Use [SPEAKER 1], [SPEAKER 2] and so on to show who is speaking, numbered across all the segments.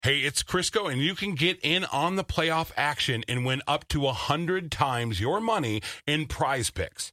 [SPEAKER 1] Hey, it's Crisco, and you can get in on the playoff action and win up to 100 times your money in prize picks.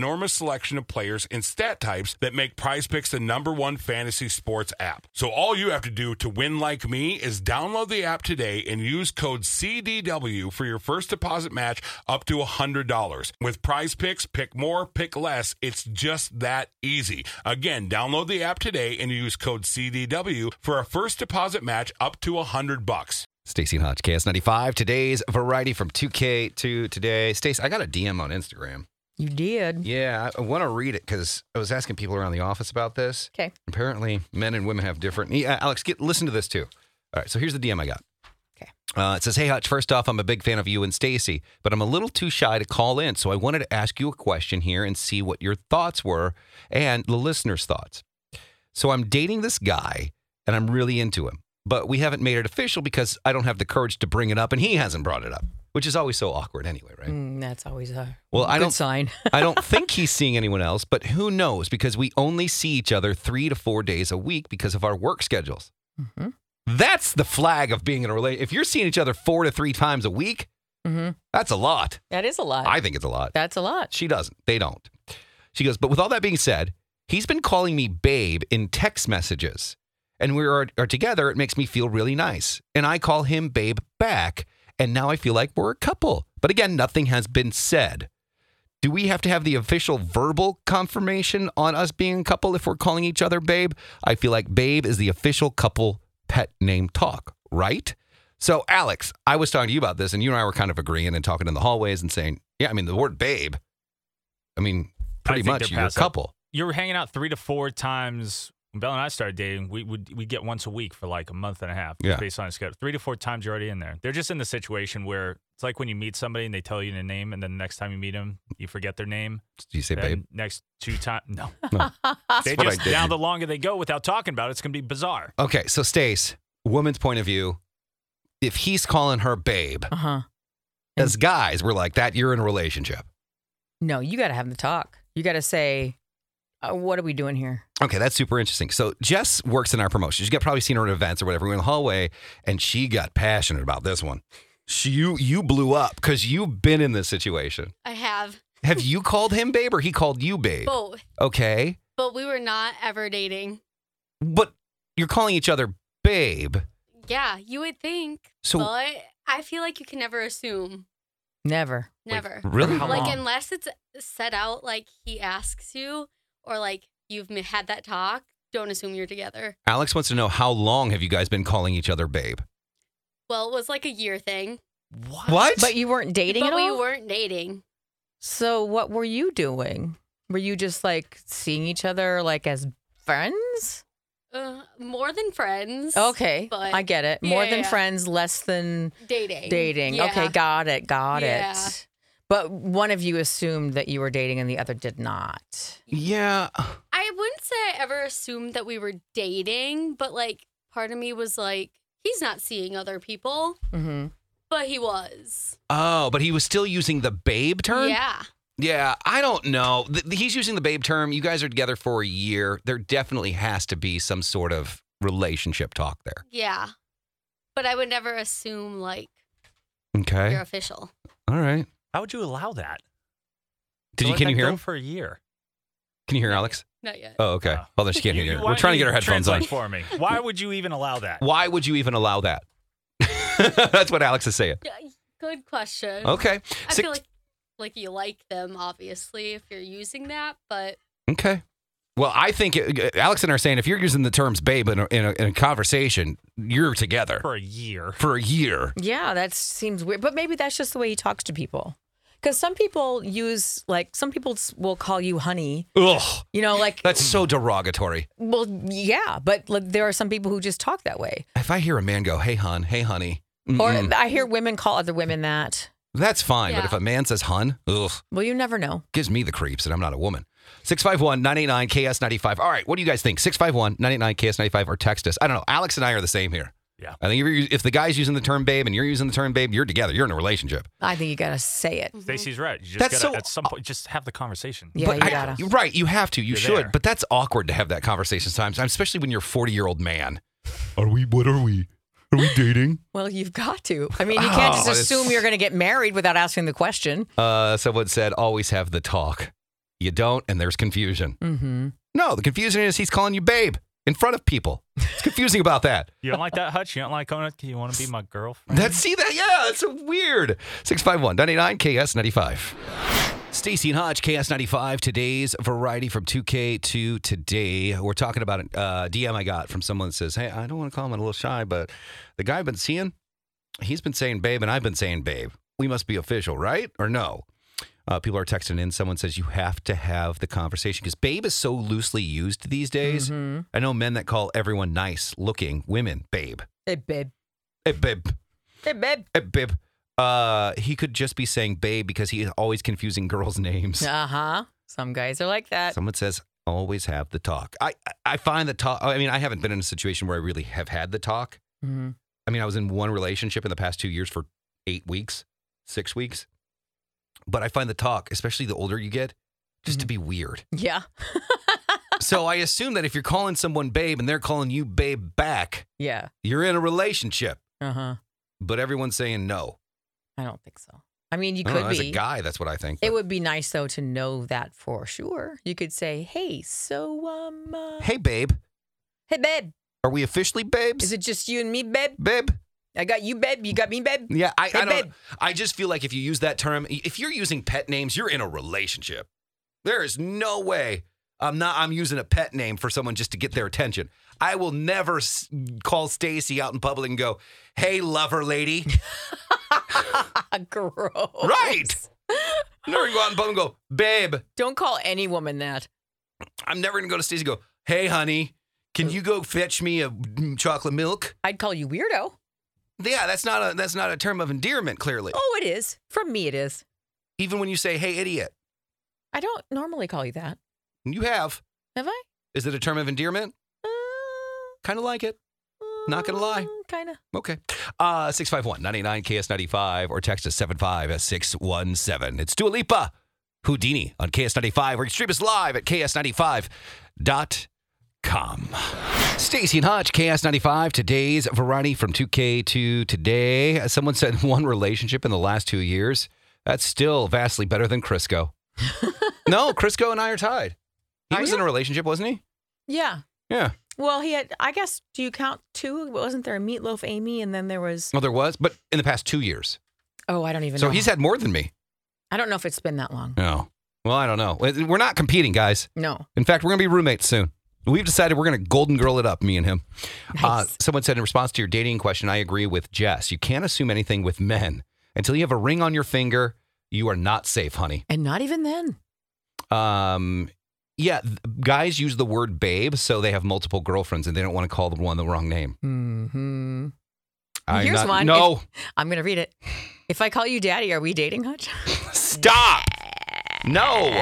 [SPEAKER 1] enormous selection of players and stat types that make prize picks the number one fantasy sports app. So all you have to do to win like me is download the app today and use code CDW for your first deposit match up to $100. With prize picks, pick more, pick less. It's just that easy. Again, download the app today and use code CDW for a first deposit match up to 100 bucks.
[SPEAKER 2] Stacey and Hodge, KS95. Today's variety from 2K to today. Stacey, I got a DM on Instagram.
[SPEAKER 3] You did.
[SPEAKER 2] Yeah, I want to read it because I was asking people around the office about this.
[SPEAKER 3] Okay.
[SPEAKER 2] Apparently, men and women have different. Yeah, Alex, get listen to this too. All right, so here's the DM I got.
[SPEAKER 3] Okay.
[SPEAKER 2] Uh, it says, "Hey Hutch, first off, I'm a big fan of you and Stacy, but I'm a little too shy to call in, so I wanted to ask you a question here and see what your thoughts were and the listeners' thoughts. So I'm dating this guy, and I'm really into him, but we haven't made it official because I don't have the courage to bring it up, and he hasn't brought it up, which is always so awkward anyway, right?
[SPEAKER 3] Mm, that's always a
[SPEAKER 2] Well, I
[SPEAKER 3] good
[SPEAKER 2] don't-
[SPEAKER 3] sign.
[SPEAKER 2] I don't think he's seeing anyone else, but who knows? Because we only see each other three to four days a week because of our work schedules.
[SPEAKER 3] mm-hmm.
[SPEAKER 2] That's the flag of being in a relationship. If you're seeing each other four to three times a week,
[SPEAKER 3] Mm-hmm.
[SPEAKER 2] that's a lot.
[SPEAKER 3] That is a lot.
[SPEAKER 2] I think it's a lot.
[SPEAKER 3] that's a lot.
[SPEAKER 2] She doesn't. They don't. She goes, but with all that being said, he's been calling me babe in text messages. And we are, are together. It makes me feel really nice. And I call him babe back. And now I feel like we're a couple. But again, nothing has been said. Do we have to have the official verbal confirmation on us being a couple if we're calling each other babe? I feel like babe is the official couple pet name talk, right? So, Alex, I was talking to you about this, and you and I were kind of agreeing and talking in the hallways and saying, yeah, I mean, the word babe, I mean, pretty
[SPEAKER 4] think
[SPEAKER 2] much
[SPEAKER 4] they're
[SPEAKER 2] you're a
[SPEAKER 4] past that.
[SPEAKER 2] couple.
[SPEAKER 4] you were hanging out three to four times. When Bella and I started dating, we would we get once a week for like a month and a half,
[SPEAKER 2] Yeah.
[SPEAKER 4] based on a schedule. Three to four times you're already in there. They're just in the situation where it's like when you meet somebody and they tell you their name, and then the next time you meet them, you forget their name.
[SPEAKER 2] Do you say
[SPEAKER 4] Then
[SPEAKER 2] babe?
[SPEAKER 4] Next two times, no. they
[SPEAKER 2] what I
[SPEAKER 4] just
[SPEAKER 2] did.
[SPEAKER 4] now the longer they go without talking about it, it's gonna be bizarre.
[SPEAKER 2] Okay, so Stace, woman's point of view, if he's calling her babe,
[SPEAKER 3] Uh huh.
[SPEAKER 2] as guys, we're like, that you're in a relationship.
[SPEAKER 3] No, you got to have the talk. You got to say, uh, "What are we doing here?"
[SPEAKER 2] Okay, that's super interesting. So Jess works in our promotions. You got probably seen her at events or whatever. We were in the hallway, and she got passionate about this one. She, you you blew up because you've been in this situation.
[SPEAKER 5] I have
[SPEAKER 2] Have you called him babe or he called you babe?
[SPEAKER 5] both,
[SPEAKER 2] Okay,
[SPEAKER 5] but we were not ever dating.
[SPEAKER 2] but you're calling each other babe.
[SPEAKER 5] Yeah, you would think,
[SPEAKER 2] So-
[SPEAKER 5] but I feel like you can never assume.
[SPEAKER 3] Never.
[SPEAKER 5] Never.
[SPEAKER 2] Really?
[SPEAKER 4] how
[SPEAKER 5] like
[SPEAKER 4] long?
[SPEAKER 5] unless it's set out, like he asks you, or like you've m- had that talk. Don't assume you're together.
[SPEAKER 2] Alex wants to know how long have you guys been calling each other babe?
[SPEAKER 5] Well, it was like a year thing,
[SPEAKER 4] What?
[SPEAKER 2] What?
[SPEAKER 3] But you weren't dating
[SPEAKER 5] but
[SPEAKER 3] at
[SPEAKER 5] we
[SPEAKER 3] all?
[SPEAKER 5] weren't dating.
[SPEAKER 3] So what were you doing? Were you just like seeing each other like as friends?
[SPEAKER 5] Uh, more than friends.
[SPEAKER 3] Okay,
[SPEAKER 5] But
[SPEAKER 3] I get it. More
[SPEAKER 5] Yeah,
[SPEAKER 3] than
[SPEAKER 5] yeah.
[SPEAKER 3] friends, less than
[SPEAKER 5] dating.
[SPEAKER 3] dating.
[SPEAKER 5] Yeah.
[SPEAKER 3] Okay, got it, got
[SPEAKER 5] Yeah.
[SPEAKER 3] it. But one of you assumed that you were dating and the other did not.
[SPEAKER 2] yeah.
[SPEAKER 5] I wouldn't say I ever assumed that we were dating, but like part of me was like, he's not seeing other people,
[SPEAKER 3] Mm-hmm.
[SPEAKER 5] but he was.
[SPEAKER 2] Oh, but he was still using the babe term.
[SPEAKER 5] Yeah.
[SPEAKER 2] Yeah, I don't know. Th- th- he's using the babe term. You guys are together for a year. There definitely has to be some sort of relationship talk there.
[SPEAKER 5] Yeah. But I would never assume like
[SPEAKER 2] Okay.
[SPEAKER 5] you're official.
[SPEAKER 2] All right.
[SPEAKER 4] How would you allow that?
[SPEAKER 2] Did
[SPEAKER 4] To
[SPEAKER 2] you
[SPEAKER 4] let
[SPEAKER 2] can
[SPEAKER 4] that
[SPEAKER 2] you hear
[SPEAKER 4] go
[SPEAKER 2] him?
[SPEAKER 4] For a year.
[SPEAKER 2] Can you hear Alex?
[SPEAKER 5] Not yet.
[SPEAKER 2] Oh, okay.
[SPEAKER 4] Oh.
[SPEAKER 2] Well, then she can't
[SPEAKER 4] You-
[SPEAKER 2] hear you.
[SPEAKER 4] why
[SPEAKER 2] We're
[SPEAKER 4] don't
[SPEAKER 2] trying to
[SPEAKER 4] you
[SPEAKER 2] get her headphones on.
[SPEAKER 4] translate for me. Why would you even allow that?
[SPEAKER 2] Why would you even allow that? That's what Alex is saying.
[SPEAKER 5] Yeah, Good question.
[SPEAKER 2] Okay.
[SPEAKER 5] I
[SPEAKER 2] Six-
[SPEAKER 5] feel like like you like them obviously if you're using that, but
[SPEAKER 2] okay. Well, I think it, Alex and I are saying if you're using the terms babe in a, in a, in a conversation, you're together
[SPEAKER 4] For a year.
[SPEAKER 2] for a year.
[SPEAKER 3] Yeah, that seems weird. But maybe that's just the way he talks to people. Because some people use like some people s- will call you honey.
[SPEAKER 2] Ugh,
[SPEAKER 3] You know, like
[SPEAKER 2] that's so derogatory.
[SPEAKER 3] well, yeah, but like, there are some people who just talk that way.
[SPEAKER 2] If I hear a man go, "Hey, hon," "Hey, honey," mm-mm,
[SPEAKER 3] Or I hear women call other women that.
[SPEAKER 2] that's fine. But
[SPEAKER 5] Yeah.
[SPEAKER 2] if a man says "hun," ugh,
[SPEAKER 3] Well, you never know.
[SPEAKER 2] gives me the creeps, and I'm not a woman. 651 989 KS95. All right, what do you guys think? 651 989 KS95 or text us. I don't know. Alex and I are the same here.
[SPEAKER 4] Yeah.
[SPEAKER 2] I think if, you're, if the guy's using the term babe and you're using the term babe, you're together. You're in a relationship.
[SPEAKER 3] I think you gotta say it.
[SPEAKER 4] Stacy's right. You just
[SPEAKER 2] That's
[SPEAKER 4] gotta
[SPEAKER 2] so-
[SPEAKER 4] at some point just have the conversation.
[SPEAKER 3] Yeah, you
[SPEAKER 2] I-
[SPEAKER 3] gotta.
[SPEAKER 2] you're right. You have to. You
[SPEAKER 4] You're
[SPEAKER 2] should.
[SPEAKER 4] there.
[SPEAKER 2] But that's awkward to have that conversation sometimes, especially when you're a 40 year old man.
[SPEAKER 1] Are we? What are we? Are we dating?
[SPEAKER 3] Well, you've got to. I mean, you can't just
[SPEAKER 2] Oh, it's-
[SPEAKER 3] assume you're gonna get married without asking the question.
[SPEAKER 2] Uh, someone said, always have the talk. You don't, and there's confusion.
[SPEAKER 3] Mm-hmm.
[SPEAKER 2] No, the confusion is he's calling you babe in front of people. It's confusing about that.
[SPEAKER 4] You don't like that, Hutch? You don't like Conan? You want to be my girlfriend?
[SPEAKER 2] That see that yeah, that's so weird. 651 989 KS95. Stacey and Hodge, KS95, today's variety from 2K to today. We're talking about a uh, DM I got from someone that says, Hey, I don't want to call him a little shy, but the guy I've been seeing, he's been saying babe, and I've been saying babe. We must be official, right? Or no? Uh, people are texting in. Someone says you have to have the conversation because babe is so loosely used these days.
[SPEAKER 3] Mm-hmm.
[SPEAKER 2] I know men that call everyone nice looking women babe.
[SPEAKER 3] Hey, babe.
[SPEAKER 2] Hey, babe.
[SPEAKER 3] Hey, babe.
[SPEAKER 2] Eh, Bib. Uh, he could just be saying babe because he is always confusing girls' names.
[SPEAKER 3] Uh huh. Some guys are like that.
[SPEAKER 2] Someone says, always have the talk. I, I- I find the talk, I mean, I haven't been in a situation where I really have had the talk.
[SPEAKER 3] Mhm.
[SPEAKER 2] I mean, I was in one relationship in the past two years for eight weeks, six weeks. But I find the talk, especially the older you get, just to be weird.
[SPEAKER 3] Yeah.
[SPEAKER 2] so I assume that if you're calling someone babe and they're calling you babe back,
[SPEAKER 3] Yeah.
[SPEAKER 2] you're in a relationship.
[SPEAKER 3] Uh huh.
[SPEAKER 2] But everyone's saying no.
[SPEAKER 3] I don't think so. I mean, you
[SPEAKER 2] I
[SPEAKER 3] could
[SPEAKER 2] don't know, as
[SPEAKER 3] be.
[SPEAKER 2] a guy, that's what I think.
[SPEAKER 3] It
[SPEAKER 2] but-
[SPEAKER 3] would be nice though to know that for sure. You could say, "Hey, so um, uh,
[SPEAKER 2] hey, babe.
[SPEAKER 3] hey, babe,
[SPEAKER 2] Are we officially babes?
[SPEAKER 3] is it just you and me, babe?
[SPEAKER 2] babe?
[SPEAKER 3] I got you, babe. You got me, babe.
[SPEAKER 2] Yeah, I, I
[SPEAKER 3] Hey,
[SPEAKER 2] don't.
[SPEAKER 3] babe.
[SPEAKER 2] I just feel like if you use that term, if you're using pet names, you're in a relationship. There is no way I'm not. I'm using a pet name for someone just to get their attention. I will never s- call Stacy out in public and go, "Hey, lover, lady."
[SPEAKER 3] Gross.
[SPEAKER 2] Right. I'm never gonna go out in public and go, "Babe."
[SPEAKER 3] Don't call any woman that.
[SPEAKER 2] I'm never gonna go to Stacy and go, "Hey, honey, can you go fetch me a mm, chocolate milk?"
[SPEAKER 3] I'd call you weirdo.
[SPEAKER 2] Yeah, that's not a that's not a term of endearment. Clearly,
[SPEAKER 3] Oh, it is. From me, it is.
[SPEAKER 2] even when you say, "Hey, idiot,"
[SPEAKER 3] I don't normally call you that.
[SPEAKER 2] you have
[SPEAKER 3] Have I?
[SPEAKER 2] is it a term of endearment? Kind of like it.
[SPEAKER 3] Uh,
[SPEAKER 2] Not gonna lie.
[SPEAKER 3] Kind of.
[SPEAKER 2] Okay. Uh 651-989-KS95 or text us 75617. It's Dua Lipa, Houdini on KS95 or Extremist Live at KS95.com. Stacey and Hutch, KS95, today's variety from 2K to today. Uh, Someone said one relationship in the last two years. That's still vastly better than Crisco. no, Crisco and I are tied. He
[SPEAKER 3] Are
[SPEAKER 2] was
[SPEAKER 3] you?
[SPEAKER 2] in a relationship, wasn't he?
[SPEAKER 3] Yeah.
[SPEAKER 2] Yeah.
[SPEAKER 3] Well, he had. I guess. Do you count two? Wasn't there a meatloaf Amy, and then there was?
[SPEAKER 2] Well, there was, but in the past two years.
[SPEAKER 3] Oh, I don't even
[SPEAKER 2] so
[SPEAKER 3] know.
[SPEAKER 2] he's had more than me.
[SPEAKER 3] I don't know if it's been that long.
[SPEAKER 2] No. Well, I don't know. We're not competing, guys.
[SPEAKER 3] No.
[SPEAKER 2] In fact, we're going to be roommates soon. We've decided we're going to golden girl it up, me and him. Uh,
[SPEAKER 3] Nice.
[SPEAKER 2] someone said in response to your dating question, I agree with Jess. You can't assume anything with men until you have a ring on your finger. You are not safe, honey.
[SPEAKER 3] And not even then.
[SPEAKER 2] Um, yeah, th- guys use the word babe, so they have multiple girlfriends and they don't want to call the one the wrong name.
[SPEAKER 3] Hmm.
[SPEAKER 2] I'm
[SPEAKER 3] Here's
[SPEAKER 2] not-
[SPEAKER 3] one.
[SPEAKER 2] No,
[SPEAKER 3] I'm gonna read it. If I call you daddy, are we dating, Hutch?
[SPEAKER 2] stop. No.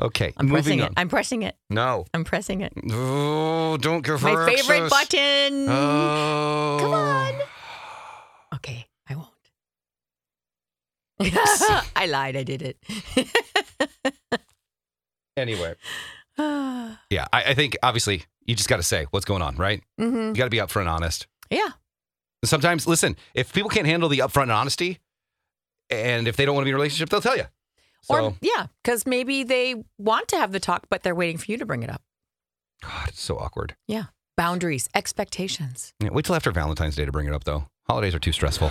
[SPEAKER 2] Okay,
[SPEAKER 3] I'm
[SPEAKER 2] moving
[SPEAKER 3] pressing
[SPEAKER 2] on.
[SPEAKER 3] it. I'm pressing it.
[SPEAKER 2] no.
[SPEAKER 3] I'm pressing it.
[SPEAKER 2] Oh, don't give
[SPEAKER 3] My
[SPEAKER 2] her
[SPEAKER 3] favorite
[SPEAKER 2] access.
[SPEAKER 3] button.
[SPEAKER 2] Oh.
[SPEAKER 3] Mm-hmm. Come on. Okay, I won't. I lied. I did it.
[SPEAKER 2] Anyway,
[SPEAKER 3] Mm-hmm.
[SPEAKER 2] yeah, I, I think obviously you just got to say what's going on, right?
[SPEAKER 3] hmm
[SPEAKER 2] You got to be upfront and honest.
[SPEAKER 3] Yeah.
[SPEAKER 2] Sometimes, listen, if people can't handle the upfront and honesty, and if they don't want to be in a relationship, they'll tell you. So,
[SPEAKER 3] Or yeah, because maybe they want to have the talk, but they're waiting for you to bring it up.
[SPEAKER 2] God, it's so awkward.
[SPEAKER 3] Yeah. Boundaries, expectations.
[SPEAKER 2] Yeah, wait till after Valentine's Day to bring it up, though. Holidays are too stressful.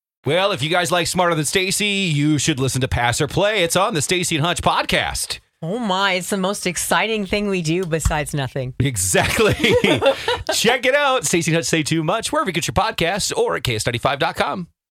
[SPEAKER 2] Well, if you guys like Smarter Than Stacy, you should listen to Pass or Play. It's on the Stacy and Hutch podcast.
[SPEAKER 3] Oh my, it's the most exciting thing we do besides nothing.
[SPEAKER 2] Exactly. Check it out. Stacy and Hutch say too much wherever you get your podcasts or at ks95.com.